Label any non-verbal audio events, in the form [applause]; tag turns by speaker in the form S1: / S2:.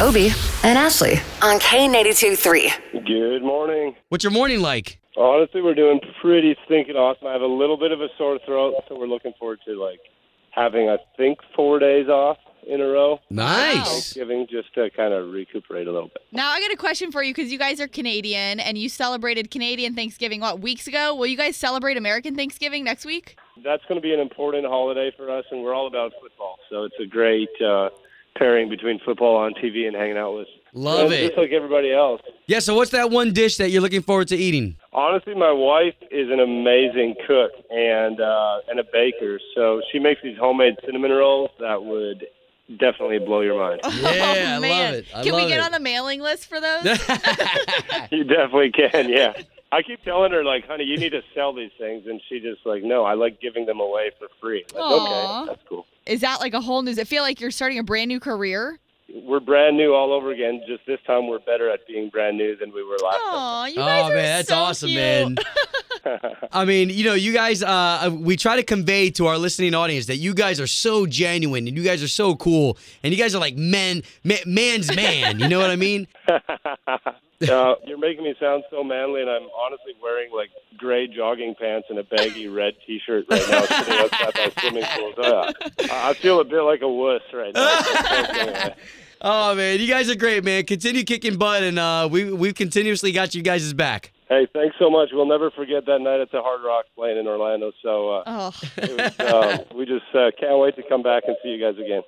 S1: Obie and Ashley on K82 3.
S2: Good morning.
S3: What's your morning like?
S2: Honestly, we're doing pretty stinking awesome. I have a little bit of a sore throat, so we're looking forward to like having I think four days off in a row.
S3: Nice.
S2: Thanksgiving just to kind of recuperate a little bit.
S4: Now I got a question for you because you guys are Canadian and you celebrated Canadian Thanksgiving what weeks ago. Will you guys celebrate American Thanksgiving next week?
S2: That's going to be an important holiday for us, and we're all about football, so it's a great uh, pairing between football on TV and hanging out with.
S3: Love
S2: friends,
S3: it.
S2: Just like everybody else.
S3: Yeah, so what's that one dish that you're looking forward to eating?
S2: Honestly, my wife is an amazing cook and uh, and a baker, so she makes these homemade cinnamon rolls that would definitely blow your mind.
S3: Yeah, I
S4: [laughs] oh,
S3: love
S4: man.
S3: it. I
S4: Can
S3: love
S4: we get
S3: it.
S4: on the mailing list
S3: [laughs]
S4: for those?
S2: [laughs] You definitely can, yeah. I keep telling her, like, honey, you need to sell these things. And she just, like, no, I like giving them away for free. Like,
S4: Aw.
S2: okay, that's cool.
S4: Is that like a whole new? Does it feel like you're starting a brand new career?
S2: We're brand new all over again. Just this time, we're better at being brand new than we were last time.
S4: Aw, you guys
S3: oh
S4: are
S3: man, that's
S4: so
S3: awesome,
S4: cute.
S3: [laughs]
S4: [laughs]
S3: man. I mean, you know, you guys, uh, we try to convey to our listening audience that you guys are so genuine and you guys are so cool and you guys are like men, ma-
S4: [laughs]
S3: man's man. You know what I mean?
S2: Uh, you're making me sound so manly, and I'm honestly wearing, like, gray jogging pants and a baggy red t shirt right now, sitting outside my swimming pool. So, yeah, I I feel a bit like a wuss right now.
S3: Oh man, you guys are great, man. Continue kicking butt, and uh, we we've continuously got you guys' back.
S2: hey, thanks so much. We'll never forget that night at the Hard Rock playing in Orlando. So, uh,
S4: Oh.
S2: It was, um, we just uh, can't wait to come back and see you guys again.